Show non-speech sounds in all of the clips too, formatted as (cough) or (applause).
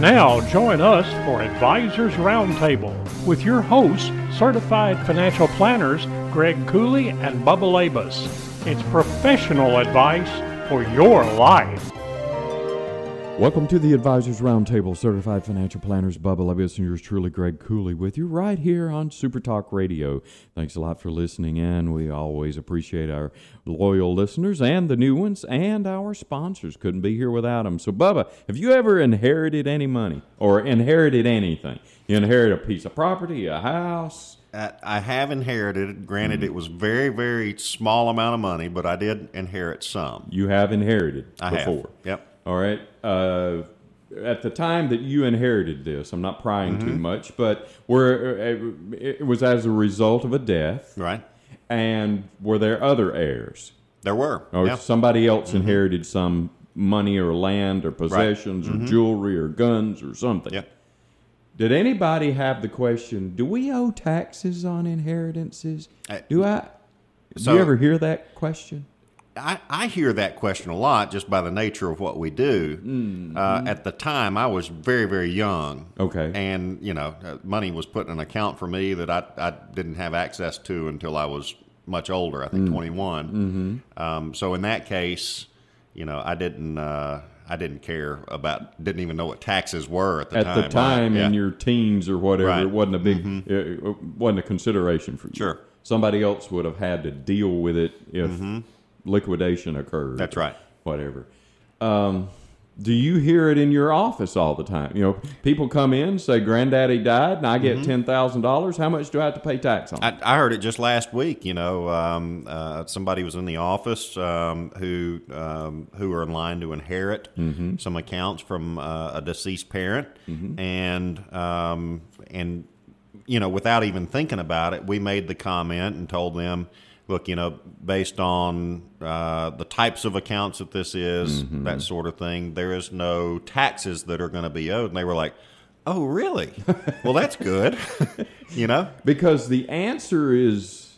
Now, join us for Advisors Roundtable with your hosts, certified financial planners Greg Cooley and Bubba Labus. It's professional advice for your life. Welcome to the Advisors Roundtable. Certified financial planners Bubba Levius and yours truly, Greg Cooley, with you right here on Super Talk Radio. Thanks a lot for listening in. We always appreciate our loyal listeners and the new ones and our sponsors. Couldn't be here without them. So, Bubba, have you ever inherited any money or inherited anything? You inherit a piece of property, a house? I I have inherited it. Granted, it was very, very small amount of money, but I did inherit some. You have inherited I have. before. Yep. All right. Uh, at the time that you inherited this, I'm not prying too Mm-hmm. much, but were uh, it was as a result of a death, Right. and were there other heirs, There were. or yeah. Mm-hmm. somebody else inherited some money or land or possessions Mm-hmm. or jewelry or guns or something? Yeah. Did anybody have the question? Do we owe taxes on inheritances? I- do I? do So- you ever hear that question? I, I hear that question a lot just by the nature of what we do. Uh, at the time, I was very, very young. Okay. And, you know, uh, money was put in an account for me that I, I didn't have access to until I was much older, I think Mm. 21. Mm-hmm. Um, so in that case, you know, I didn't. Uh, I didn't care about, didn't even know what taxes were at the at time. the time right? in Yeah. your teens or whatever, Right. Mm-hmm. it wasn't a big, it- it wasn't a consideration for you. Sure. Mm-hmm. somebody else would have had to deal with it if liquidation occurred. That's right. Whatever. Um, do you hear it in your office all the time? You know, people come in say, "Granddaddy died, and I get thousand dollars. How much do I have to pay tax on?" it?" Mm-hmm. I, I heard it just last week. You know, um, uh, somebody was in the office um, who um, who were in line to inherit some accounts from uh, a deceased parent, and um, and you know, without even thinking about it, we made the comment and told them, look, you know, based on uh, the types of accounts that this is, that sort of thing, there is no taxes that are going to be owed, and they were like. Oh really? Well, that's good. (laughs) you know, because the answer is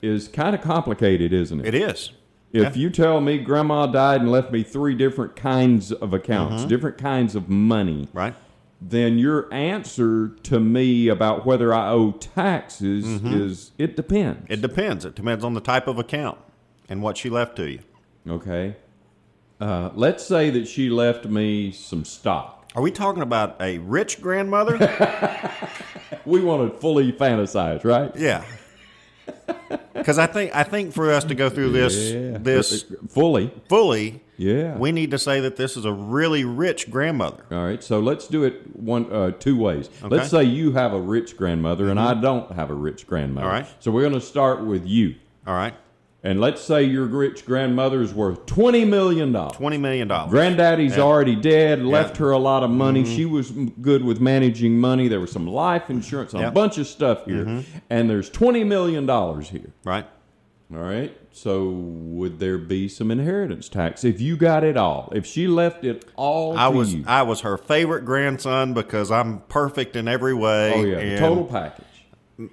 is kind of complicated, isn't it? It is. If you tell me grandma died and left me three different kinds of accounts, Mm-hmm. different kinds of money, Right? then your answer to me about whether I owe taxes is it depends. Mm-hmm. It depends. It depends on the type of account and what she left to you. okay. Uh, let's say that she left me some stock. Are we talking about a (laughs) rich grandmother? We want to fully fantasize, right? yeah. Because I think I think for us to go through this Yeah. this Uh, fully. fully, Yeah. we need to say that this is a really rich grandmother. All right, so let's do it one uh, two ways. Let's say you have a rich grandmother and I don't have a rich grandmother. Mm-hmm. All right. So we're going to start with you, All right, and let's say your rich grandmother is worth twenty million dollars. twenty million dollars. Granddaddy's already dead, left her a lot of money. Mm-hmm. She was m- good with managing money. There was some life insurance, a Yep. bunch of stuff here. Mm-hmm. And there's $20 million here. right? All right. So, would there be some inheritance tax if you got it all? If she left it all I to was you? I was her favorite grandson because I'm perfect in every way. oh, yeah. the and total package.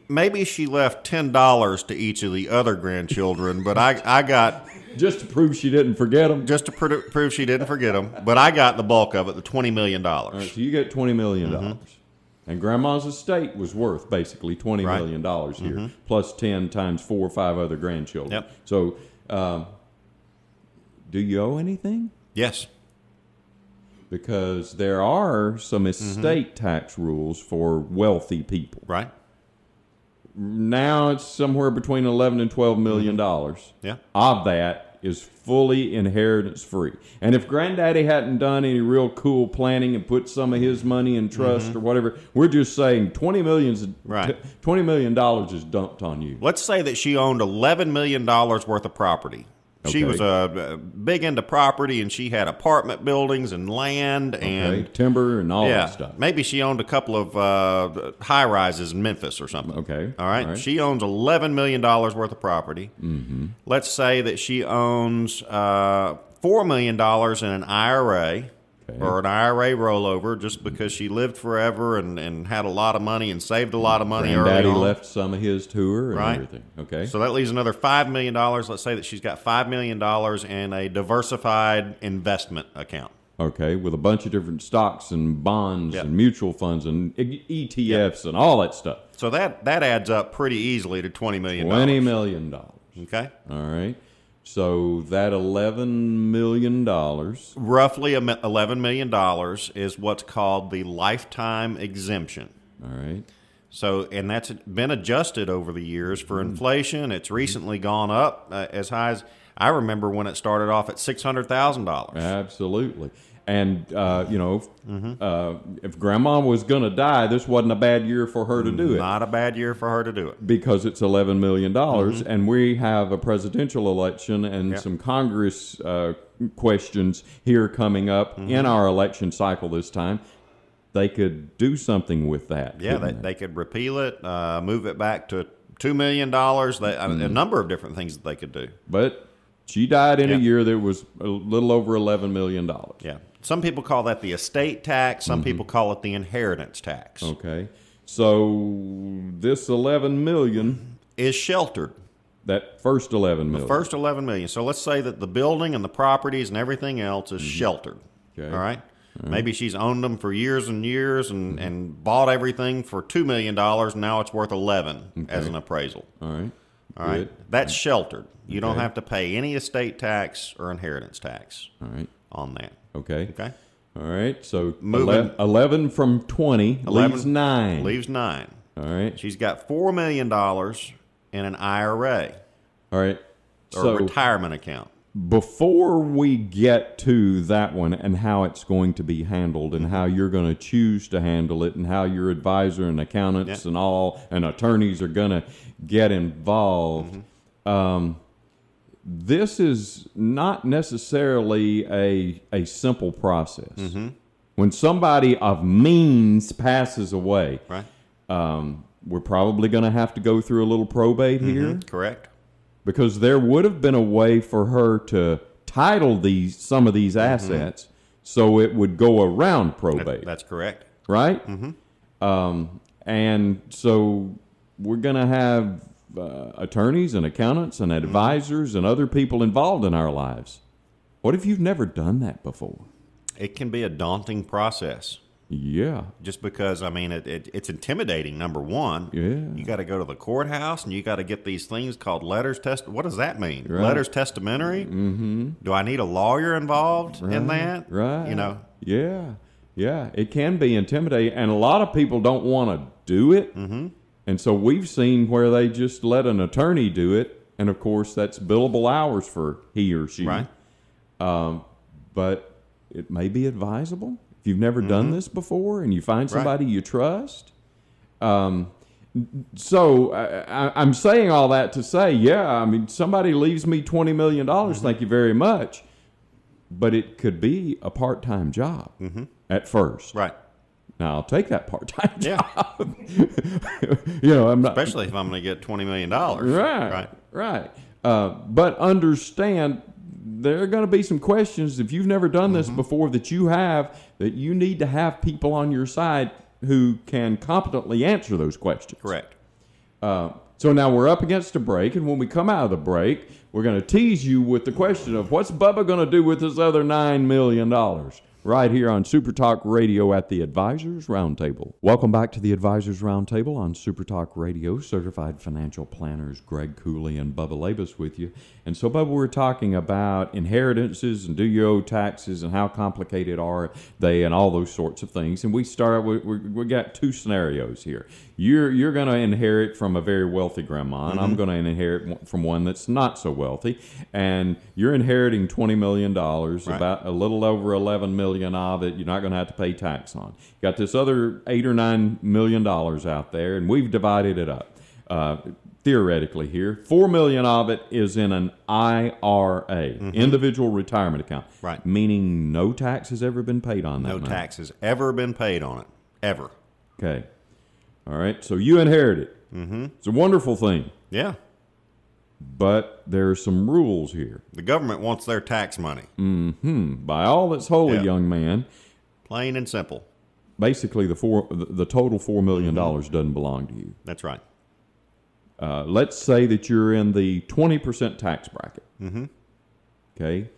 Maybe she left ten dollars to each of the other grandchildren, but I I got Just to prove she didn't forget them. just to pro- prove she didn't forget them. But I got the bulk of it, the twenty million dollars. So, you get $20 million. Mm-hmm. And grandma's estate was worth basically twenty Right. Mm-hmm. million dollars here, plus ten times four or five other grandchildren. Yep. So, um, do you owe anything? Yes, Because there are some Mm-hmm. estate tax rules for wealthy people. right? Now it's somewhere between eleven and twelve million dollars. Mm-hmm. Yeah, Of that is fully inheritance free. And if granddaddy hadn't done any real cool planning and put some of his money in trust or whatever, we're just saying twenty millions Mm-hmm. Right. twenty million dollars is dumped on you. let's say that she owned eleven million dollars worth of property. Okay. She was uh, big into property, and she had apartment buildings and land Okay, and timber and all yeah, that stuff. maybe she owned a couple of uh, high rises in Memphis or something. Okay, all right. all right. She owns eleven million dollars worth of property. Mm-hmm. Let's say that she owns uh, four million dollars in an IRA or an IRA rollover, just Mm-hmm. because she lived forever and, and had a lot of money and saved a lot of money. And early Daddy on. left some of his to her and Right. everything. Okay. So that leaves another five million dollars. Let's say that she's got five million dollars in a diversified investment account. okay, with a bunch of different stocks and bonds Yeah. and mutual funds and e- ETFs and all that stuff. So that that adds up pretty easily to twenty million. Twenty million dollars. Okay. All right. So that eleven million dollars. Roughly a mi- eleven million dollars is what's called the lifetime exemption. All right. So, and that's been adjusted over the years for Mm-hmm. inflation. It's recently gone up uh, as high as I remember when it started off at six hundred thousand dollars. Absolutely. And uh, you know, Mm-hmm. uh, if Grandma was going to die, this wasn't a bad year for her to do it. Not a bad year for her to do it. because it's eleven million dollars, Mm-hmm. and we have a presidential election and some Congress uh, questions here coming up Mm-hmm. in our election cycle this time. They could do something with that. Yeah, couldn't they, they could repeal it, uh, move it back to two million dollars. They I mean, Mm-hmm. a number of different things that they could do. But she died in Yeah. a year that was a little over eleven million dollars. Yeah, some people call that the estate tax. Some people call it the inheritance tax. Mm-hmm. Okay, so this eleven million, Is sheltered that first eleven million, first eleven million. So let's say that the building and the properties and everything else is sheltered. Mm-hmm. Okay. Mm-hmm. All right. Maybe she's owned them for years and years and, and bought everything for two million dollars. Now it's worth eleven as an appraisal. all right, All right, good. that's sheltered. You don't Okay. have to pay any estate tax or inheritance tax all right, on that. okay, Okay. all right. So Moving- ele- eleven from twenty 11 leaves nine. Leaves nine. All right. She's got four million dollars in an IRA All right. or So retirement account. before we get to that one and how it's going to be handled and how you're going to choose to handle it and how your advisor and accountants and all and attorneys are going to get involved, um, this is not necessarily a a simple process. When somebody of means passes away, Right. um, we're probably going to have to go through a little probate here Correct. because there would have been a way for her to title these some of these assets so it would go around probate, That's correct. right? Mm-hmm. Um, and so we're going to have uh, attorneys and accountants and advisors and other people involved in our lives. What if you've never done that before? It can be a daunting process. Yeah, Just because I mean it, it it's intimidating, number one. Yeah. You gotta go to the courthouse and you gotta get these things called letters test what does that mean? Right. Letters testamentary? Mm-hmm. Do I need a lawyer involved in that? right. You know. Yeah, yeah. It can be intimidating, and a lot of people don't want to do it. Mm-hmm. And so we've seen where they just let an attorney do it, and of course that's billable hours for he or she. Right. Um, but it may be advisable if you've never done this before and you find somebody you trust. Um, so I, I, I'm saying all that to say, yeah, I mean, somebody leaves me twenty million dollars. Mm-hmm. Thank you very much, but it could be a part-time job at first. Mm-hmm. Right. Now I'll take that part-time Yeah. job. (laughs) you know, I'm not (laughs) Especially if I'm gonna get twenty million dollars. right, Right. right, Uh, but understand there are going to be some questions if you've never done Mm-hmm. this before that you have that you need to have people on your side who can competently answer those questions. Correct. Uh, so now we're up against a break, and when we come out of the break, we're going to tease you with the question of what's Bubba going to do with his other $9 million? Right here on Super Talk Radio at the Advisors Roundtable. Welcome back to the Advisors Roundtable on Super Talk Radio. Certified financial planners Greg Cooley and Bubba Labus with you. And so, Bubba, we're talking about inheritances and do you owe taxes and how complicated are they and all those sorts of things. And we start we we, we got two scenarios here. You're you're going to inherit from a very wealthy grandma, and Mm-hmm. I'm going to inherit one- from one that's not so wealthy. And you're inheriting twenty million dollars, about a little over eleven million of it. You're not going to have to pay tax on. got this other eight or nine million dollars out there, and we've divided it up. Uh, 50-50 theoretically here, four million of it is in an IRA, individual retirement account, Mm-hmm. Right. Meaning no tax has ever been paid on that. No money. tax has ever been paid on it, ever. Okay, all right. So you inherit it. Mm-hmm. It's a wonderful thing, Yeah, but there are some rules here. the government wants their tax money, Hmm. By all that's holy, Yeah. young man, plain and simple. basically the four, the, the total four million dollars doesn't belong to you. That's right. Uh, let's say that you're in the twenty percent tax bracket. Mm-hmm. Okay.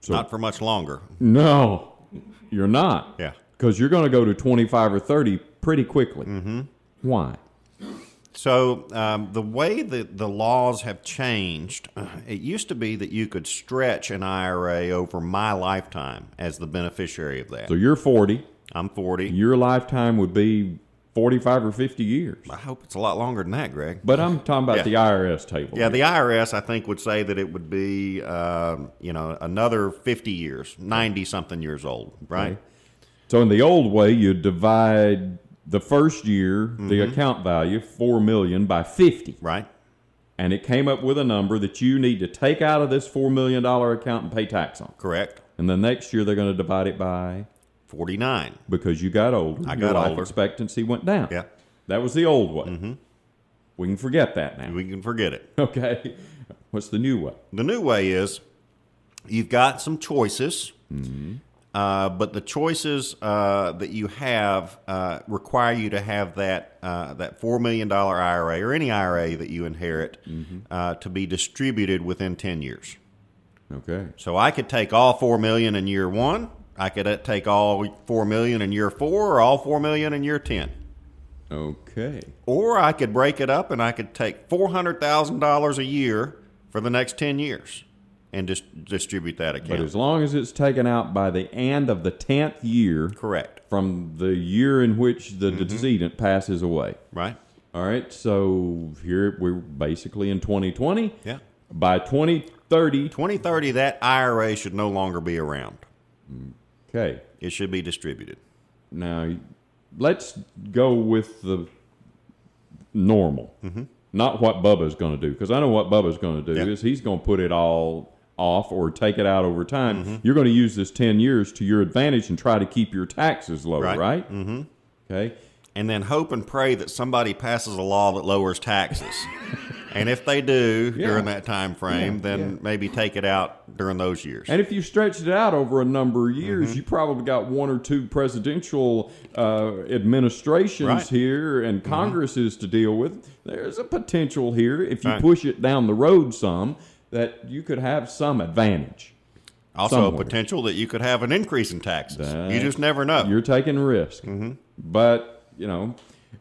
So- Not for much longer. No, you're not. Yeah. Because you're going to go to 25 or 30 pretty quickly. Mm-hmm. Why? So um, the way that the laws have changed, uh, it used to be that you could stretch an IRA over my lifetime as the beneficiary of that. So you're 40. I'm 40. Your lifetime would be 45 or 50 years. I hope it's a lot longer than that, Greg. But I'm talking about Yeah. the IRS table. Yeah, the IRS I think would say that it would be um, you know another 50 years, 90 something years old, right? So in the old way, you divide the first year, the Mm-hmm. account value, 4 million by 50. Right? And it came up with a number that you need to take out of this $4 million account and pay tax on. Correct. And the next year, they're going to divide it by 49. because you got older. I your got life older. expectancy went down. Yeah. Mm-hmm. That was the old way. We can forget that now. We can forget it. (laughs) Okay. What's the new way? The new way is you've got some choices, uh, but the choices uh, that you have uh, require you to have that uh, that four million dollar IRA or any IRA that you inherit uh, to be distributed within ten years. Okay. So I could take all four million in year one. I could uh, take all four million in year four, or all four million in year ten. Okay. Or I could break it up and I could take four hundred thousand dollars a year for the next ten years and dis- distribute that But account. as long as it's taken out by the end of the 10th year Correct. from the year in which the decedent passes away. Right. All right. So here we're basically in 2020. Yeah. By 2030. 2030, that IRA should no longer be around. Okay. It should be distributed. Now, let's go with the normal, not what Bubba's going to do, because I know what Bubba's going to do Yeah. is he's going to put it all off or take it out over time. You're going to use this ten years to your advantage and try to keep your taxes low, right? Right. Mm-hmm. Okay. And then hope and pray that somebody passes a law that (laughs) lowers taxes. and if they do Yeah. during that time frame, Yeah, then yeah. maybe take it out during those years. Mm-hmm. And if you stretched it out over a number of years, you probably got one or two presidential uh, administrations Right. Mm-hmm. here and Congresses to deal with. There's a potential here, if you Right. push it down the road some, that you could have some advantage. also, a somewhere. potential that you could have an increase in taxes. you That- just never know. (laughs) You're taking risk. But, you know,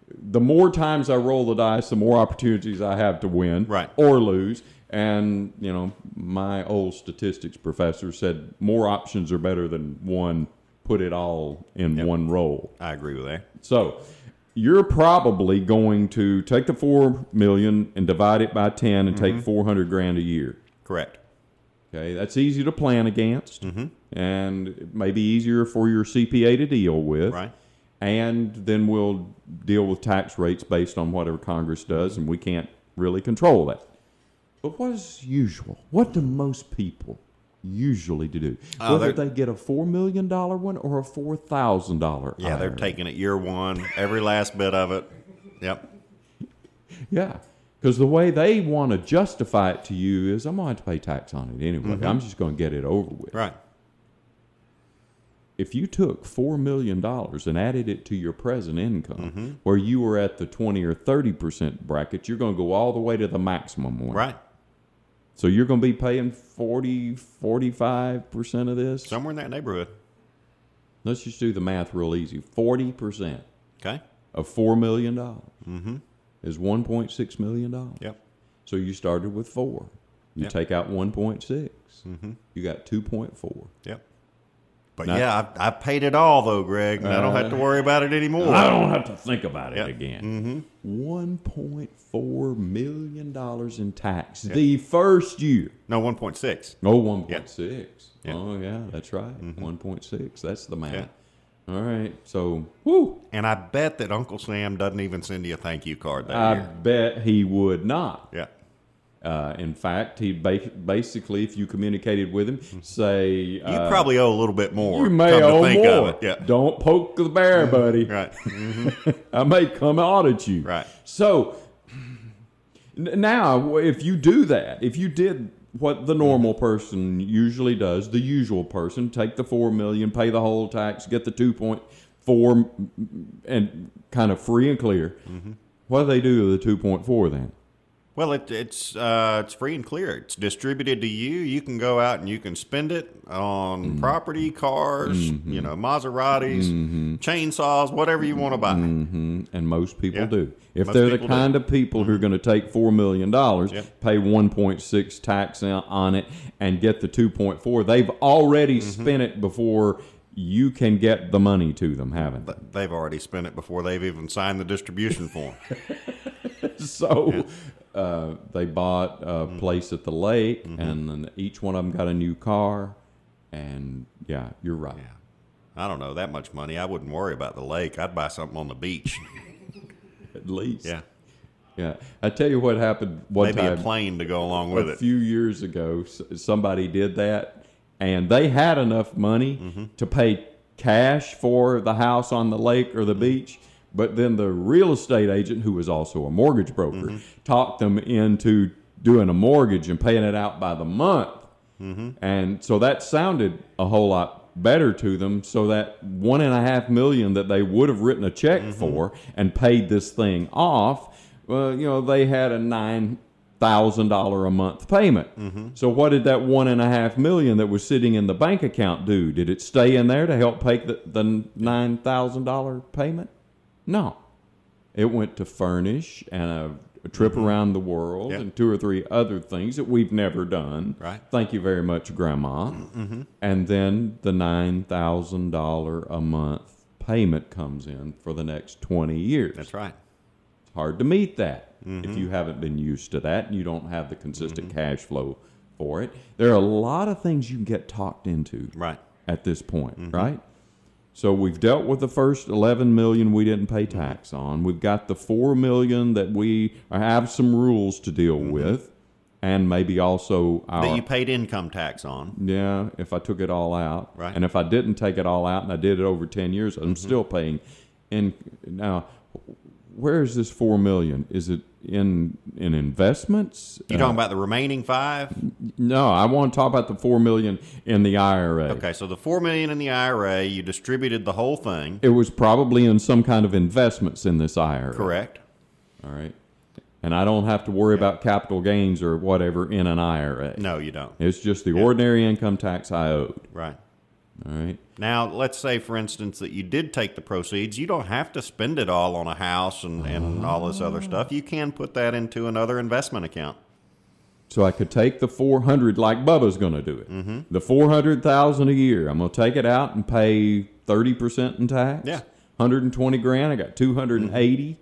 the more times I roll the dice, the more opportunities I have to win Right. or lose. And, you know, my old statistics professor said more options are better than one. Put it all in one roll. I agree with that. So you're probably going to take the four million and divide it by ten and take four hundred grand a year. Correct. Okay, that's easy to plan against, Mm-hmm. and it may be easier for your CPA to deal with. Right. And then we'll deal with tax rates based on whatever Congress does, and we can't really control that. But what is usual? What do most people usually do? Uh, Whether they're- they get a four million dollar one or a four thousand dollar. Yeah, they're taking it year one, every last bit of it. Yep. Yeah. Because the way they want to justify it to you is, I'm going to have to pay tax on it anyway. Mm-hmm. I'm just going to get it over with. Right. If you took $4 million and added it to your present income, Mm-hmm. where you were at the 20 or 30% bracket, you're going to go all the way to the maximum one. Right. So you're going to be paying 40, 45% of this. Somewhere in that neighborhood. Let's just do the math real easy 40% Okay. of $4 million is $1.6 million. Mm-hmm. Yep. So you started with four. You Yep. Mm-hmm. take out one You got two point four. Yep. But Not- yeah, I, I paid it all though, Greg, and I don't Uh, have to worry about it anymore. don't have to think about it Yep. Mm-hmm. again. point four million dollars in tax the first year. no, one point six. Oh, 1.6. Yeah. Mm-hmm. Oh yeah, that's right. 1.6. That's the math. Yeah. All right. So, whoo. And I bet that Uncle Sam doesn't even send you a thank you card that I year. bet he would not. Yeah. Uh, in fact, he ba- basically, if you communicated with him, say, Hmm. You uh, probably owe a little bit more. you may come to owe think more. Of it. Yeah. Don't poke the bear, buddy. Right. I may come audit you. Right. So n- now, if you do that, if you did what the normal person usually does, the usual person, take the four million, pay the whole tax, get the two point four, m- m- and kind of free and clear. What do they do with the two point four then? Well, it, it's uh, it's free and clear. It's distributed to you. You can go out and you can spend it on Mm-hmm. property, cars, you know, Maseratis, Mm-hmm. chainsaws, whatever you want to buy. Mm, And most people Yeah. do. If Most they're the people do. Mm-hmm. kind of people who are going to take four million dollars, Yep. pay one point six tax on- on it, and get the two point four, they've already Mm-hmm. spent it before you can get the money to them, haven't they? (laughs) But They've already spent it before they've even signed the distribution form. So uh, they bought a Mm-hmm. place at the lake, and then each one of them got a new car. And yeah, you're right. I don't know that much money. I wouldn't worry about the lake. I'd buy something on the (laughs) beach. At least, Yeah, yeah. I tell you what happened one maybe time. a plane to go along with a it. few years ago, s- somebody did that, and they had enough money Mm-hmm. to pay cash for the house on the lake Mm-hmm. or the beach. But then the real estate agent, who was also a mortgage broker, Mm-hmm. talked them into doing a mortgage and paying it out by the month. And so that sounded a whole lot better to them. So that one and a half million that they would have written a check for and paid this thing off, well, you know, they had a nine thousand dollar a month payment. So what did that one and a half million that was sitting in the bank account do? Did it stay in there to help pay the, the nine thousand dollar payment? No. It went to furnish and a, a trip around the world Mm-hmm. Yeah. and two or three other things that we've never done. Right. Mm-hmm. Thank you very much, Grandma. And then the nine thousand dollar a month payment comes in for the next twenty years. That's right. Mm-hmm. It's hard to meet that if you haven't been used to that and you don't have the consistent cash flow for it. There are a lot of things you can get talked into Right. at this point, Mm-hmm. right? So we've dealt with the first 11 million we didn't pay Mm-hmm. tax on. We've got the 4 million that we have some rules to deal with and maybe also our Mm-hmm. That you paid income tax on. yeah, if I took it all out, Right. Mm-hmm. and if I didn't take it all out, and I did it over ten years, I'm still paying. And now, where is this four million? Is it in in investments? You talking about the remaining five? No, I want to talk about the four million in the IRA. Okay, so the four million in the IRA, you distributed the whole thing. It was probably in some kind of investments in this IRA. Correct. All right. And I don't have to worry about capital gains or whatever in an IRA. No, you don't. It's just the ordinary income tax I owed. Right. All right. Now, let's say, for instance, that you did take the proceeds. You don't have to spend it all on a house and, and all this Mm-hmm. other stuff. You can put that into another investment account. So I could take the 400 like Bubba's going to do it. Mm-hmm. The 400,000 a year, I'm going to take it out and pay 30% in tax. Yeah. 120 grand, I got 280. Mm-hmm.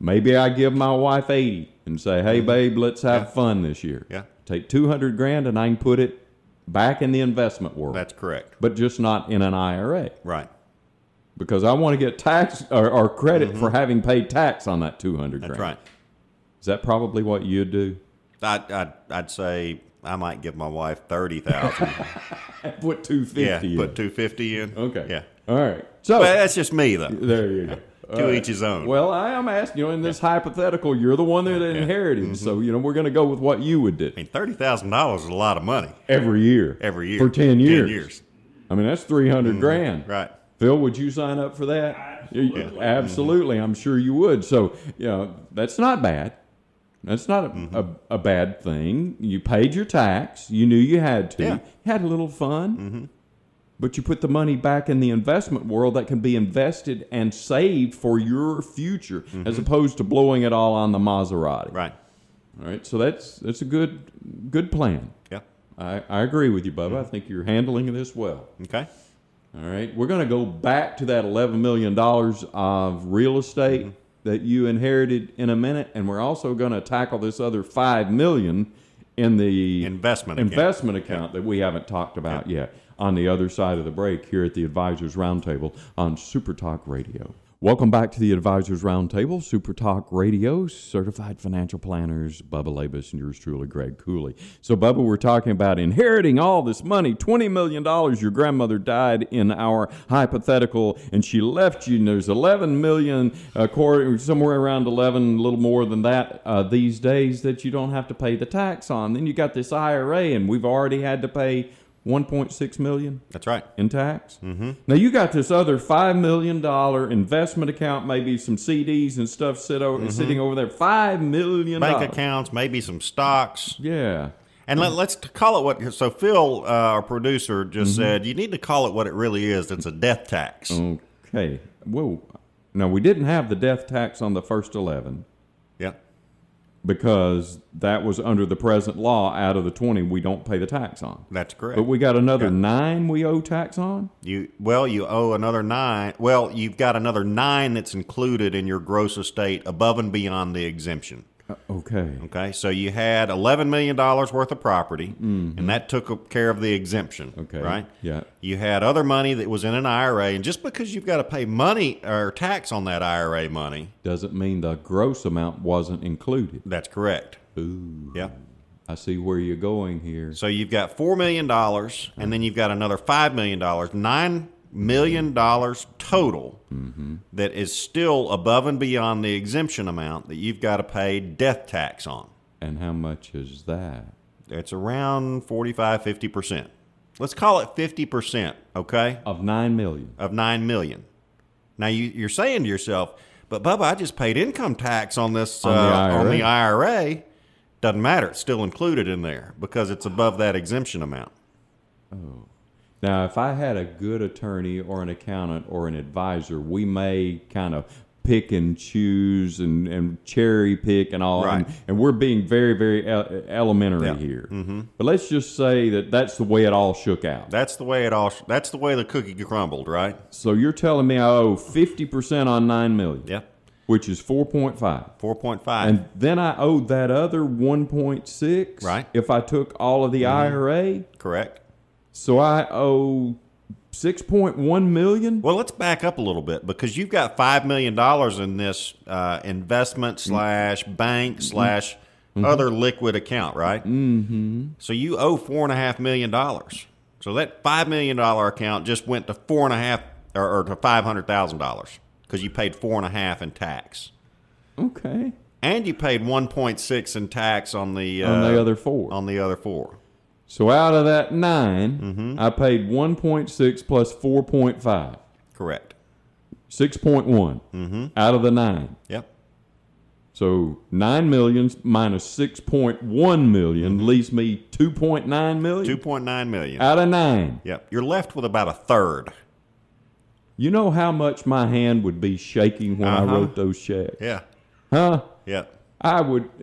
Maybe I give my wife 80 and say, "Hey babe, let's have fun this year." Yeah. Take 200 grand and I can put it back in the investment world. That's correct. but just not in an IRA Right. because I want to get tax or, or credit for having paid tax on that 200 Mm-hmm. That's grand. right. Is that probably what you'd do? I'd, I'd, I'd say I might give my wife (laughs) 30000 Put 250 Yeah, in. put 250 in. Okay. Oh. Yeah. All right. So But that's just me, though. there you go. (laughs) To each his own. Well, I am asking you know, in this hypothetical, you're the one that inherited, Mm-hmm. so you know we're going to go with what you would do I mean, $30,000 is a lot of money every year, every year. for ten years. 10 years. Mm-hmm. I mean, that's three grand. Right. Phil, would you sign up for that? You- Absolutely, I'm sure you would. So, you know, that's not bad. That's not a, Mm-hmm. a, a bad thing. You paid your tax. You knew you had to. Yeah. Mm-hmm. Had a little fun. But you put the money back in the investment world that can be invested and saved for your future, as opposed to blowing it all on the Maserati. Mm-hmm. Right. All right. So that's that's a good good plan. Yeah. I, I agree with you, Mm-hmm. Bubba. I think you're handling this well. Okay. All right, we're going to go back to that $11 million of real estate Mm-hmm. that you inherited in a minute, and we're also going to tackle this other $5 million in the Investment account. investment account that we haven't talked about yet. on the other side of the break here at the Advisors Roundtable on Super Talk Radio. Welcome back to the Advisors Roundtable, Super Talk Radio, certified financial planners, Bubba Labus, and yours truly, Greg Cooley. So, Bubba, we're talking about inheriting all this money $20 million. Your grandmother died in our hypothetical, and she left you, and there's 11 million, uh, quarter, somewhere around 11, a little more than that uh, these days that you don't have to pay the tax on. Then you got this IRA, and we've already had to pay 1.6 million That's right. in tax. Mm-hmm. Now you got this other five million dollar investment account, maybe some CDs and stuff sit over, sitting over there. Five million Bank dollars. accounts, maybe some stocks, Yeah. and let, let's t- call it what. So Phil, uh, our producer, just Mm-hmm. said you need to call it what it really is. It's a death tax. Okay. Whoa. Now we didn't have the death tax on the first eleven Yeah, because that was under the present law. Out of the twenty, we don't pay the tax on. that's correct. But we got another Yeah. nine we owe tax on. You well, you owe another nine. Well, you've got another nine that's included in your gross estate above and beyond the exemption. Uh, Okay. Okay, so you had eleven million dollars worth of property, and that took care of the exemption. Mm-hmm. Okay. right? Yeah. You had other money that was in an IRA, and just because you've got to pay money or tax on that IRA money, Doesn't mean the gross amount wasn't included. that's correct. Ooh. Yeah. I see where you're going here. So you've got four million dollars, and then you've got another five million dollars, nine million dollars total that is still above and beyond the exemption amount that you've got to pay death tax on. And how much is that? It's around 45, 50 percent. Let's call it fifty percent, okay, Of nine million. of nine million. Now you, you're saying to yourself, but Bubba, I just paid income tax on this On the uh, on the IRA. IRA. Doesn't matter; it's still included in there because it's above that exemption amount. Now, if I had a good attorney or an accountant or an advisor, we may kind of pick and choose and, and cherry pick and all. And, Right. and we're being very, very el- elementary Yeah. here. Mm-hmm. But let's just say that that's the way it all shook out. That's the way it all. That's the way the cookie crumbled, right? so you're telling me I owe 50% on 9 million, Yeah, which is 4.5. four point five. And then I owed that other 1.6 Right. Mm-hmm. if I took all of the IRA. correct. So I owe 6.1 million? Well, let's back up a little bit because you've got five million dollars in this uh, investment Mm-hmm. slash bank slash other liquid account, right? Mm-hmm. So you owe four and a half million dollars. So that five million dollar account just went to four and a half or, or to five hundred thousand dollars because you paid four and a half in tax. Okay. And you paid one point six in tax on the on the uh, other four. on the other four. so out of that 9 Mm-hmm. I paid 1.6 plus 4.5, Correct. 6.1 Mm-hmm. out of the nine. Yep. So nine millions minus 6.1 million leaves me 2.9 million Mm-hmm. Two point nine million. out of nine. Yep. You're left with about a third. You know how much my hand would be shaking when I Uh-huh. wrote those checks, Yeah. huh? Yeah. I would. (laughs)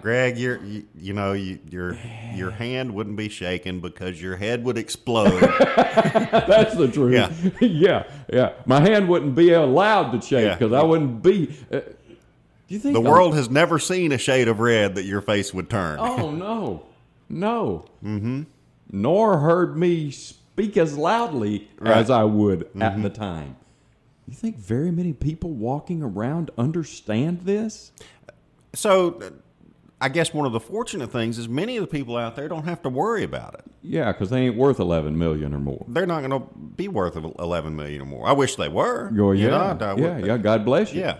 Greg, you're, you, you know, you, your your hand wouldn't be shaking because your head would explode. That's the truth. Yeah. (laughs) yeah, yeah. My hand wouldn't be allowed to shake Yeah. because I wouldn't be. Uh, do you think the I'm- world has never seen a shade of red that your face would turn. Oh no, no. Mm-hmm. Nor heard me speak as loudly as Right. Mm-hmm. I would at the time. You think very many people walking around understand this? So, uh, I guess one of the fortunate things is many of the people out there don't have to worry about it. Yeah, because they ain't worth eleven million or more. They're not going to be worth of eleven million or more. I wish they were. Well, You know, Oh, yeah, I- I would- yeah, yeah. God bless you. yeah.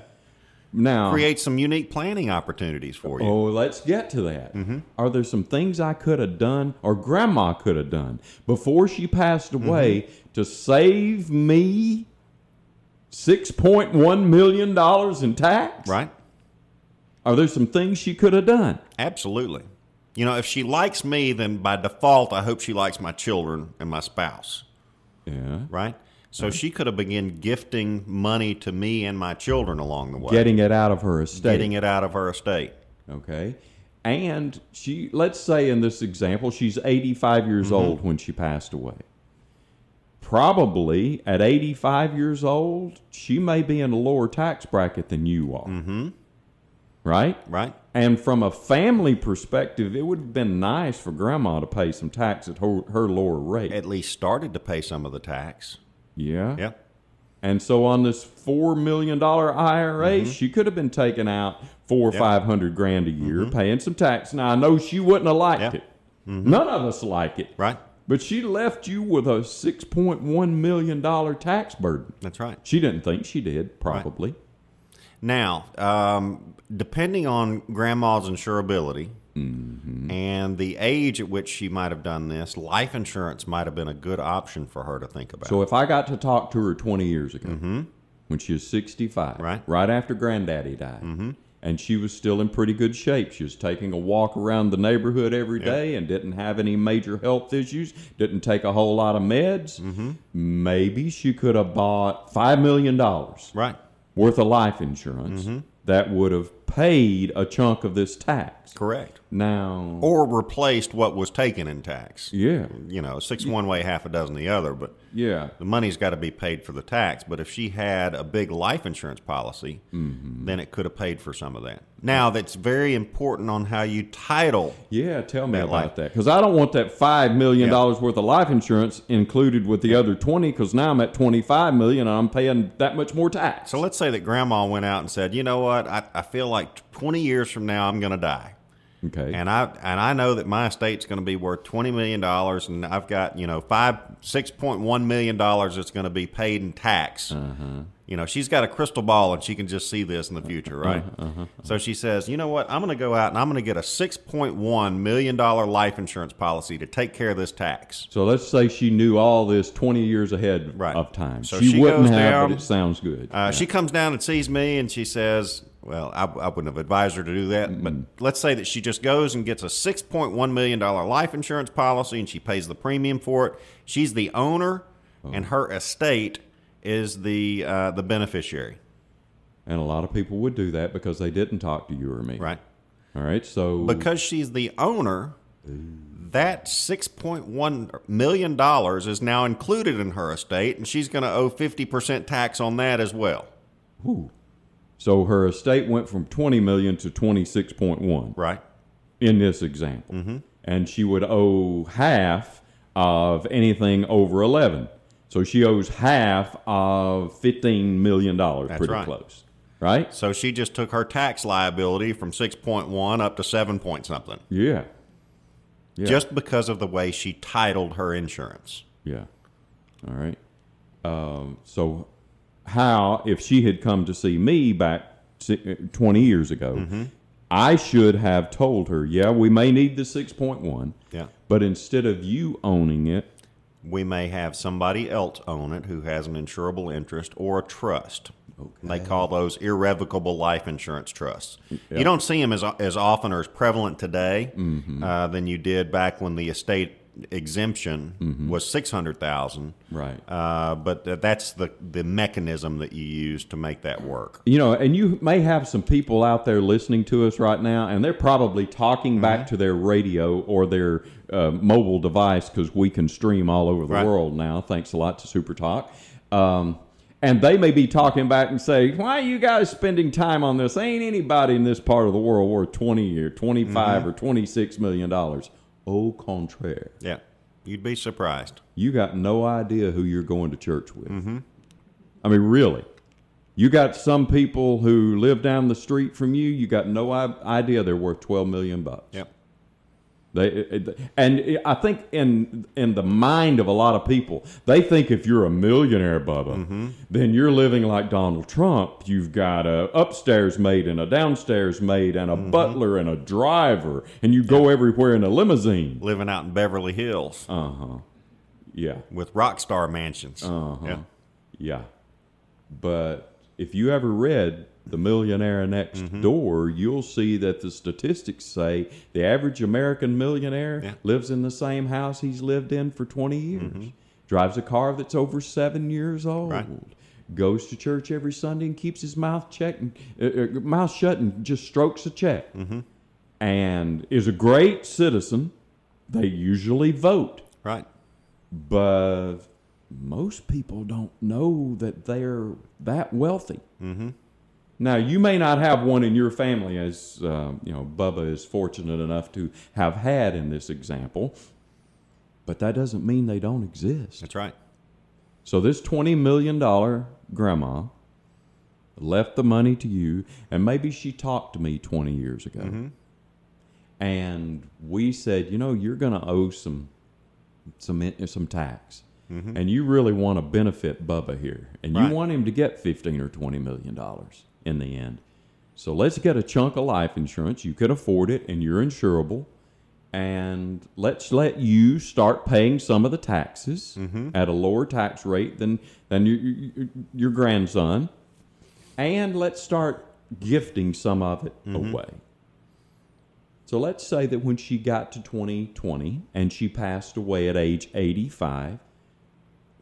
Now, Create some unique planning opportunities for you. Mm-hmm. Oh, let's get to that. Are there some things I could have done or grandma could have done before she passed Mm-hmm. away to save me $6.1 million in tax? Right. Are there some things she could have done? Absolutely. You know, if she likes me, then by default, I hope she likes my children and my spouse, Yeah. right? So she could have begun gifting money to me and my children along the way, Getting it out of her estate. getting it out of her estate. Okay. And she, let's say in this example, she's 85 years old when she passed away. Probably at 85 years old, she may be in a lower tax bracket than you are. Mm-hmm. right? right? And from a family perspective, it would have been nice for grandma to pay some tax at her, her lower rate. At least started to pay some of the tax. yeah. Yeah. And so on this four million dollar IRA, she could have been taking out four or Mm-hmm. Yeah. Mm-hmm. five hundred grand a year, paying some tax. Now I know she wouldn't have liked Yeah. it. Mm-hmm. None of us like it. Right. But she left you with a six point one million dollar tax burden. That's right. She didn't think she did, probably. Now, um, depending on grandma's insurability Mm-hmm. and the age at which she might have done this, life insurance might have been a good option for her to think about. So if I got to talk to her 20 years ago, when she was 65, Mm-hmm. Right. Mm-hmm. after granddaddy died, and she was still in pretty good shape. She was taking a walk around the neighborhood every day and didn't have any major health issues, didn't take a whole lot of meds. Mm-hmm. Maybe she could have bought $5 million right. Mm-hmm. worth of life insurance that would have paid a chunk of this tax. Correct. Now, Or replaced what was taken in tax. yeah, You know, six one way, half a dozen the other, but yeah. the money's got to be paid for the tax. But if she had a big life insurance policy, Mm-hmm. then it could have paid for some of that. Now, that's very important on how you title Yeah, tell me That about life. that because I don't want that five million Yeah. dollars worth of life insurance included with the other twenty because now I'm at twenty five million and I'm paying that much more tax. So let's say that grandma went out and said, you know what, I, I feel like 20 years from now I'm going to die. okay, And I and I know that my estate's going to be worth twenty million dollars, and I've got you know five six point one million dollars that's going to be paid in tax. You know, she's got a crystal ball, and she can just see this in the future, right? So she says, you know what, I'm going to go out and I'm going to get a six point one million dollar life insurance policy to take care of this tax. so let's say she knew all this twenty years ahead Right. of time. So she, she wouldn't goes have, down, but it sounds good. Uh, She comes down and sees me, and she says, "Well, I, I wouldn't have advised her to do that, but let's say that she just goes and gets a six point one million dollar life insurance policy, and she pays the premium for it. She's the owner, and her estate is the uh, the beneficiary, and a lot of people would do that because they didn't talk to you or me. right? All right. So Because she's the owner." That six point one million dollars is now included in her estate, and she's going to owe fifty percent tax on that as well. Ooh. so her estate went from twenty million to twenty six point one. Right? in this example. And she would owe half of anything over 11. So she owes half of $15 million, pretty right. close. Right? So she just took her tax liability from 6.1 up to 7 point something Yeah. Yeah. just because of the way she titled her insurance. Yeah. All right. Um, so, how, if she had come to see me back si- 20 years ago, I should have told her, yeah, we may need the 6.1, Yeah. but instead of you owning it, We may have somebody else own it who has an insurable interest or a trust. They call those irrevocable life insurance trusts. You don't see them as, as often or as prevalent today uh, than you did back when the estate exemption was 600000 right. uh, but th- that's the, the mechanism that you use to make that work. you know, and you may have some people out there listening to us right now, and they're probably talking back to their radio or their uh, mobile device because we can stream all over the Right. world now. Thanks a lot to Super Talk. Um, and they may be talking back and say, "Why are you guys spending time on this? Ain't anybody in this part of the world worth twenty or 25 or twenty-six million dollars?" Au contraire, Yeah. You'd be surprised. you got no idea who you're going to church with. I mean, really. You got some people who live down the street from you. You got no i- idea they're worth twelve million bucks. They it- it- and it- I think in in the mind of a lot of people, they think if you're a millionaire, Bubba, then you're living like Donald Trump. You've got a upstairs maid and a downstairs maid and a butler and a driver, and you go everywhere in a limousine. Living out in Beverly Hills Uh-huh. Yeah. with rock star mansions. Uh-huh. Yeah. Yeah. But if you ever read The Millionaire Next Mm-hmm. Door, you'll see that the statistics say the average American millionaire Yeah. Mm-hmm. lives in the same house he's lived in for 20 years, drives a car that's over seven years old. Right. Goes to church every Sunday and keeps his mouth check and, uh, uh, mouth shut and just strokes a check, Mm-hmm. and is a great citizen. They usually vote Right. but most people don't know that they're that wealthy. Now you may not have one in your family, as uh, you know Bubba is fortunate enough to have had in this example, but that doesn't mean they don't exist. That's right. So this twenty million dollar grandma left the money to you, and maybe she talked to me twenty years ago, and we said, you know, you're going to owe some some in- some tax, and you really want to benefit Bubba here, and Right. you want him to get fifteen or twenty million dollars in the end. So let's get a chunk of life insurance. You can afford it, and you're insurable. And let's let you start paying some of the taxes at a lower tax rate than than your, your, your grandson, and let's start gifting some of it away. So let's say that when she got to 2020 and she passed away at age 85,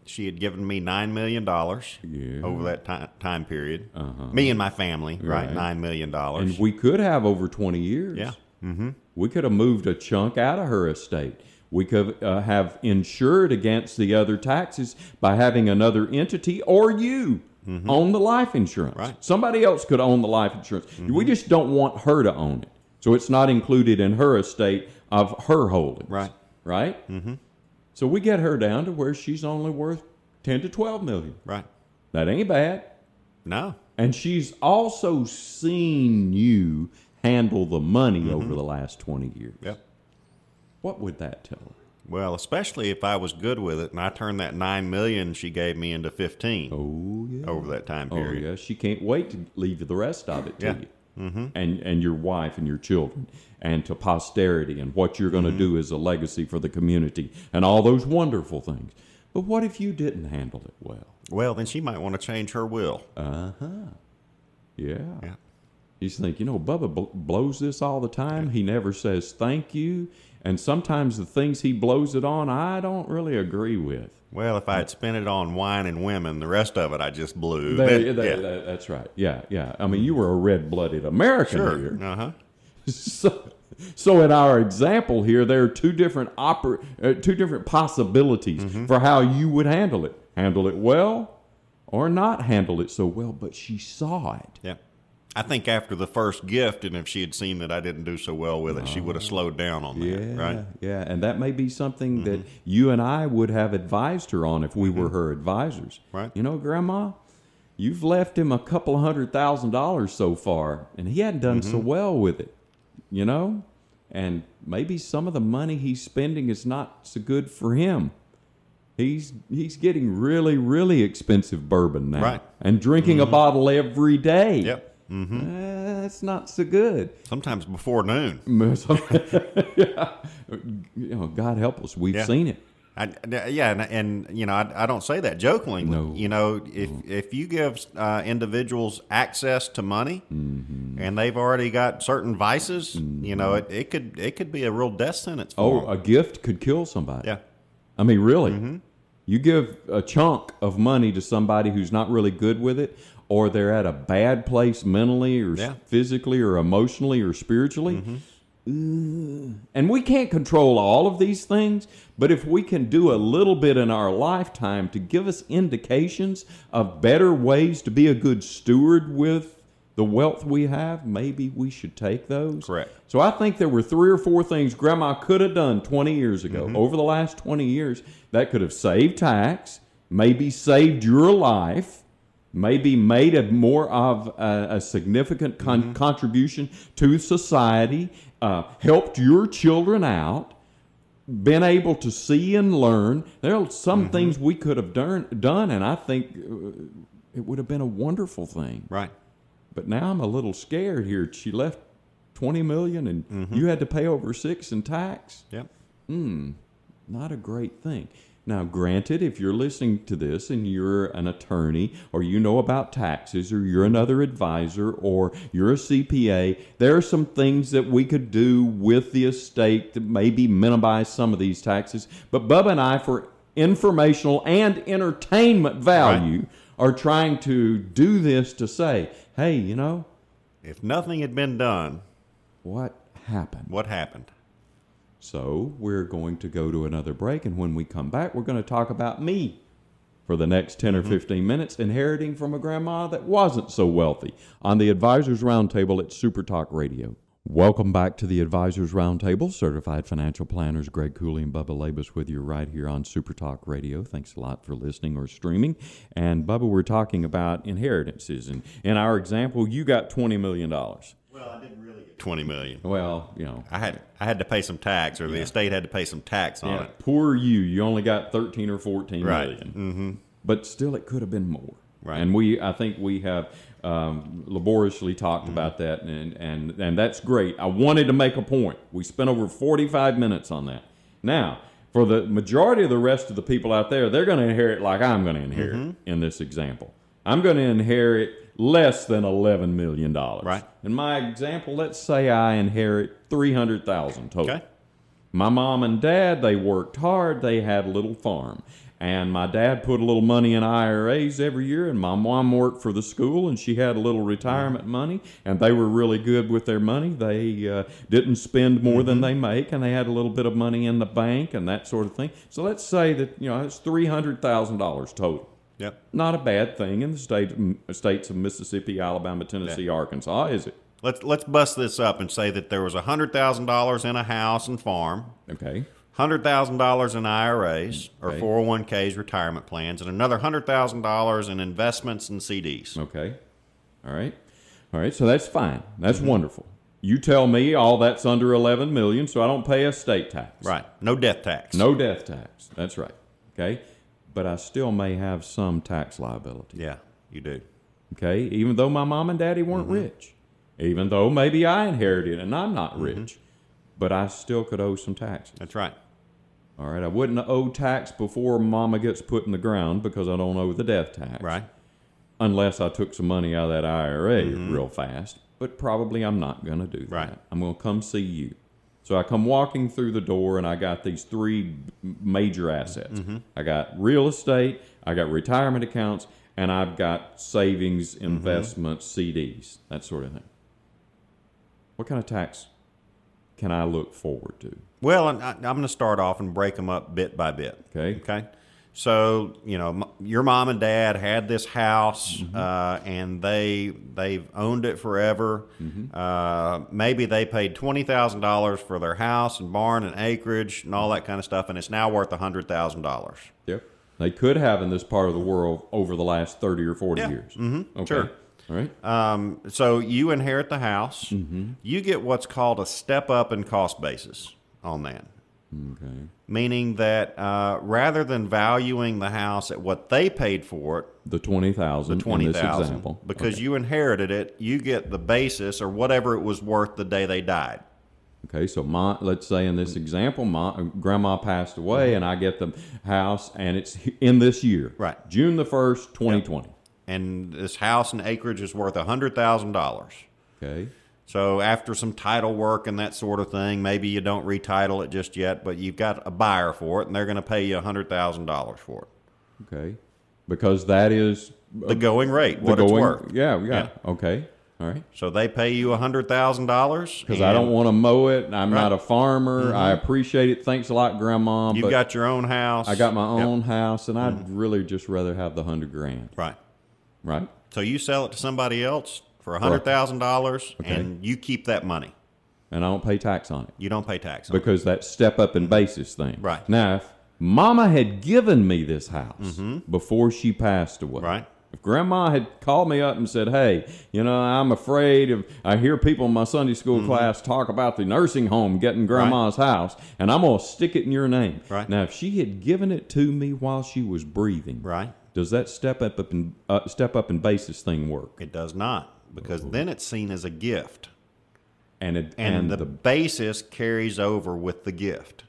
She had given me nine million dollars Yeah. Uh-huh. over that time, time period. Me and my family, right? Right. Nine million dollars. and we could have over 20 years. Yeah. Mm-hmm. We could have moved a chunk out of her estate. We could uh, have insured against the other taxes by having another entity or you own the life insurance. Mm-hmm. Right. Mm-hmm. Somebody else could own the life insurance. We just don't want her to own it. So it's not included in her estate of her holdings. Right. Right? Mm-hmm. So we get her down to where she's only worth 10 to 12 million. Right. That ain't bad. No. And she's also seen you handle the money over the last 20 years. Mm-hmm. Yep. What would that tell her? Well, especially if I was good with it, and I turned that nine million she gave me into fifteen Oh, yeah. over that time Oh, period. yeah. She can't wait to leave the rest of it to Yeah. Mm-hmm. you. And, and your wife and your children and to posterity and what you're going Mm-hmm. to do as a legacy for the community and all those wonderful things. But what if you didn't handle it well? Well, then she might want to change her will. Uh, Yeah. Yeah. You think, you know, Bubba bl- blows this all the time. He never says thank you. And sometimes the things he blows it on, I don't really agree with. Well, if I had spent it on wine and women, the rest of it I just blew. uh, They- But- they- yeah. that- that's right. Yeah, yeah. I mean, you were a red blooded American here. (laughs) sure. Uh huh. So, so in our example here, there are two different oper- uh, two different possibilities for how you would handle it. Handle it well or not handle it so well, but she saw it. Yeah. I think after the first gift, and if she had seen that I didn't do so well with it, she would have slowed down on that, Oh. Yeah, right? Mm-hmm. Yeah, and that may be something that you and I would have advised her on if we were her advisors. Right. You know, Grandma, you've left him a couple hundred thousand dollars so far, and he hadn't done Mm-hmm. so well with it. You know, and maybe some of the money he's spending is not so good for him. He's he's getting really really expensive bourbon now, Right. Mm-hmm. And drinking a bottle every day. Yep. Mm-hmm. Uh, that's not so good. Sometimes before noon. (laughs) Yeah. You know, God help us. We've Yeah. seen it. I, d- yeah, and, and you know, I, I don't say that jokingly. No. You know, if if you give uh, individuals access to money, Mm-hmm. and they've already got certain vices, you know, it, it could it could be a real death sentence for Oh, 'em. a gift could kill somebody. yeah, I mean, really. Mm-hmm. You give a chunk of money to somebody who's not really good with it, or they're at a bad place mentally, or s- Yeah. Mm-hmm. physically, or emotionally, or spiritually. Ugh. And we can't control all of these things, but if we can do a little bit in our lifetime to give us indications of better ways to be a good steward with the wealth we have, maybe we should take those. Correct. So I think there were three or four things grandma could have done 20 years ago, over the last 20 years, that could have saved tax, maybe saved your life, maybe made a more of a, a significant con- contribution to society, uh, helped your children out. Been able to see and learn. There are some things we could have done, done, and I think uh, it would have been a wonderful thing. right. But now I'm a little scared here. She left twenty million, and you had to pay over six in tax. Yep. Not a great thing. Now, granted, if you're listening to this and you're an attorney or you know about taxes or you're another advisor or you're a CPA, there are some things that we could do with the estate that maybe minimize some of these taxes. But Bubba and I, for informational and entertainment value, are trying to do this to say, hey, you know, If nothing had been done, what happened? what happened? So we're going to go to another break, and when we come back, we're going to talk about me for the next 10 or 15 minutes, inheriting from a grandma that wasn't so wealthy on the Advisors Roundtable at Super Talk Radio. Welcome back to the Advisors Roundtable. Certified financial planners Greg Cooley and Bubba Labus with you right here on Super Talk Radio. Thanks a lot for listening or streaming. And Bubba, we're talking about inheritances. And in our example, you got $20 million. Well, I didn't really get twenty million. Well, you know. I had I had to pay some tax, or the estate had to pay some tax on Yeah, it. poor you. You only got thirteen or fourteen Right. Mm-hmm. But still, it could have been more. Right. And we, I think we have um, laboriously talked Mm-hmm. about that, and, and and that's great. I wanted to make a point. We spent over forty-five minutes on that. Now, for the majority of the rest of the people out there, they're going to inherit like I'm going to inherit Mm-hmm. in this example. I'm going to inherit less than eleven million dollars. Right. In my example, let's say I inherit three hundred thousand total. Okay. My mom and dad, they worked hard. They had a little farm. And my dad put a little money in IRAs every year, and my mom worked for the school, and she had a little retirement money, and they were really good with their money. They uh, didn't spend more than they make, and they had a little bit of money in the bank and that sort of thing. So let's say that you know it's three hundred thousand dollars total Yep. not a bad thing in the state, mm, states of Mississippi, Alabama, Tennessee, Arkansas, is it? Let's let's bust this up and say that there was hundred thousand dollars in a house and farm, Okay. hundred thousand dollars in IRAs or Okay. four hundred one ks retirement plans, and another hundred thousand dollars in investments and CDs. Okay. All right. All right. So that's fine. That's Mm-hmm. wonderful. You tell me all that's under 11 million, so I don't pay estate tax. Right. No death tax. No death tax. That's right. Okay. But I still may have some tax liability. Yeah, you do. Okay. Even though my mom and daddy weren't Mm-hmm. rich, even though maybe I inherited and I'm not Mm-hmm. rich, but I still could owe some taxes. That's right. All right. I wouldn't owe tax before mama gets put in the ground because I don't owe the death tax. Right. Unless I took some money out of that IRA real fast. But probably I'm not going to do that. Mm-hmm. Right. I'm going to come see you. So I come walking through the door and I got these three b- major assets Mm-hmm. I got real estate, I got retirement accounts, and I've got savings, Mm-hmm. investments, CDs, that sort of thing. What kind of tax can I look forward to? Well, and I, I'm going to start off and break them up bit by bit. Okay. Okay. So you know, m- your mom and dad had this house, uh, and they they've owned it forever. Uh, maybe they paid twenty thousand dollars for their house and barn and acreage and all that kind of stuff, and it's now worth hundred thousand dollars. Yep. They could have in this part of the world over the last 30 or 40 Yeah. years. Mm-hmm. Okay. Sure. All right. Um, so you inherit the house. You get what's called a step up in cost basis on that. Okay. Meaning that uh, rather than valuing the house at what they paid for it, The 20,000 the twenty in this thousand example. because you inherited it. You get the basis or whatever it was worth the day they died. Okay, so my let's say in this example, my grandma passed away and I get the house and it's in this year. Right. June the 1st, 2020. And this house and acreage is worth hundred thousand dollars. Okay. So after some title work and that sort of thing, maybe you don't retitle it just yet, but you've got a buyer for it, and they're going to pay you hundred thousand dollars for it. Okay. Because that is The going rate, Um, the what it's going- worth. Yeah, yeah. Okay. All right. So they pay you hundred thousand dollars Because I don't want to mow it. and I'm not Right. a farmer. I appreciate it. Thanks a lot, Grandma. You've but got your own house. I got my Yep. Mm-hmm. own house, and I'd really just rather have the hundred grand, right. right? So you sell it to somebody else for hundred thousand dollars, and you keep that money. And I don't pay tax on it You don't pay tax on it. because that step up in basis thing. Right. Now, if Mama had given me this house before she passed away, Mm-hmm. Right. If Grandma had called me up and said, "Hey, you know, I'm afraid of," I hear people in my Sunday school Mm-hmm. class talk about the nursing home getting Grandma's house, and I'm gonna stick it in your name. Right. Now, if she had given it to me while she was breathing, Right. Does that step up up in uh, step up in basis thing work? It does not, because then it's seen as a gift, and it, and, and, the, the, basis carries over with the gift.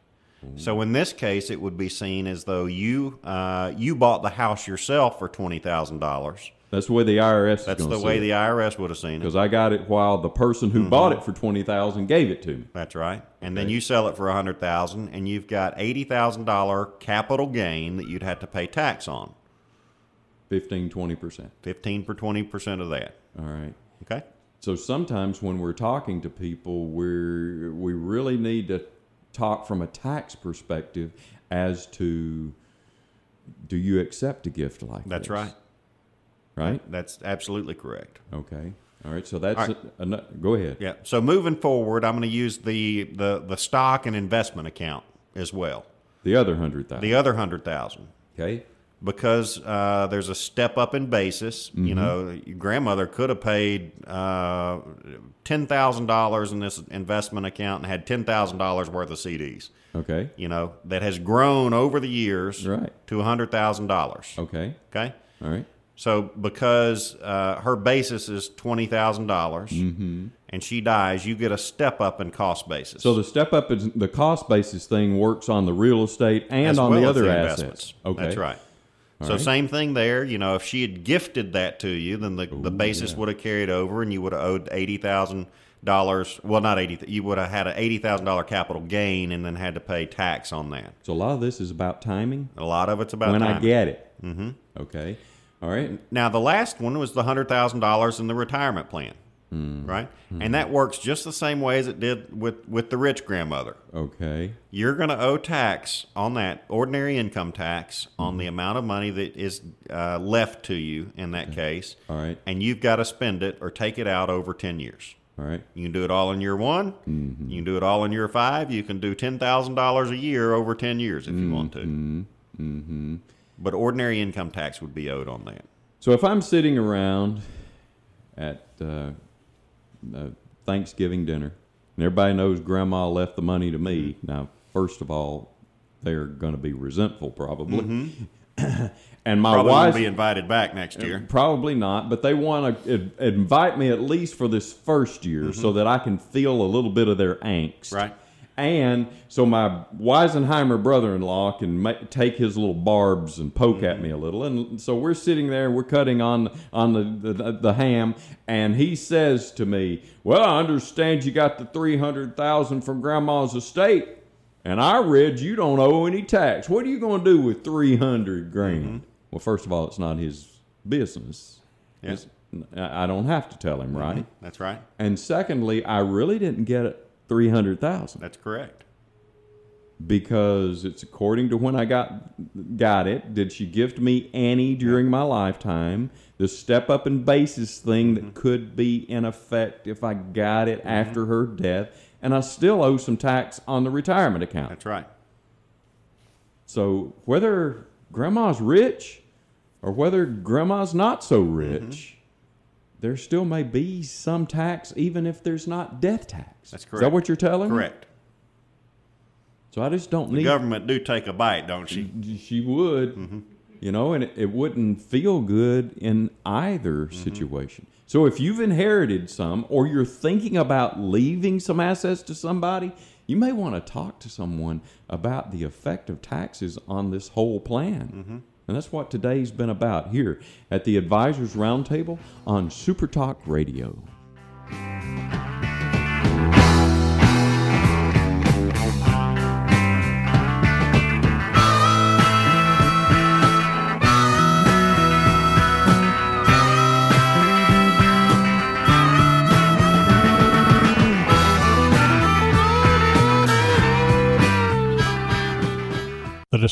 So in this case, it would be seen as though you uh, you bought the house yourself for twenty thousand dollars. that's the way the IRS That's is the way the IRS would have seen it. because I got it while the person Mm-hmm. who bought it for twenty thousand gave it to me. That's right. And then you sell it for a hundred thousand, and you've got eighty thousand dollar capital gain that you'd have to pay tax on, 15 20 percent. fifteen per twenty percent of that. All right. Okay. So sometimes when we're talking to people, we're we really need to talk from a tax perspective as to do you accept a gift like this? That's right. Right? That's absolutely correct. Okay. All right. So that's All right. a- ano- go ahead. Yeah. So moving forward, I'm going to use the, the the stock and investment account as well. The other hundred thousand. The other hundred thousand okay. because uh, there's a step up in basis. You know, your grandmother could have paid uh, ten thousand dollars in this investment account and had ten thousand dollars worth of CDs. Okay. You know, that has grown over the years Right. to hundred thousand dollars. Okay. Okay. All right. So because uh, her basis is twenty dollars, and she dies, you get a step up in cost basis. Mm-hmm. So the step up is the cost basis thing works on the real estate and As on well the as other assets. investments. Okay. that's right. so right. same thing there. You know, if she had gifted that to you, then the, the basis would have carried over, and you would have owed eighty thousand dollars. Well, not eighty. You would have had an eighty thousand dollar capital gain, and then had to pay tax on that. So a lot of this is about timing. A lot of it's about when I timing. get it. Mm-hmm. Okay. All right. Now, the last one was the hundred thousand dollars in the retirement plan, right? And that works just the same way as it did with with the rich grandmother. Okay. You're going to owe tax on that ordinary income tax on the amount of money that is uh, left to you in that case. All right. and you've got to spend it or take it out over ten years. All right. You can do it all in year one. You can do it all in year five. You can do ten thousand dollars a year over ten years if you want to. Mm-hmm. But ordinary income tax would be owed on that. So if I'm sitting around at uh, uh, Thanksgiving dinner, and everybody knows Grandma left the money to me. Mm-hmm. Now, first of all, they're going to be resentful probably, (coughs) and my Mm-hmm. Probably wife won't be invited back next year. Probably not, but they want to invite me at least for this first year so that I can feel a little bit of their angst. Right. And so my Weisenheimer brother in law can ma- take his little barbs and poke at me a little. And so we're sitting there, we're cutting on, on the, the, the ham, and he says to me, Well, I understand you got the 300000 from grandma's estate. And I read you don't owe any tax. What are you going to do with 300 grand? Well, first of all, it's not his business. Yeah. Mm-hmm. It's- I I don't have to tell him, right? That's right. And secondly, I really didn't get 300,000 That's correct. because it's according to when I got got it. Did she gift me any during my lifetime? The step up in basis thing that could be in effect if I got it after her death, and I still owe some tax on the retirement account. That's right. So whether grandma's rich or whether grandma's not so rich, Mm-hmm. there still may be some tax, even if there's not death tax. That's Is that correct. what you're telling me? Correct. So I just don't The need. government do take a bite, don't she? she would, you know, and it, it wouldn't feel good in either situation. So if you've inherited some, or you're thinking about leaving some assets to somebody, you may want to talk to someone about the effect of taxes on this whole plan. And that's what today's been about here at the Advisors Roundtable on Super Talk Radio. The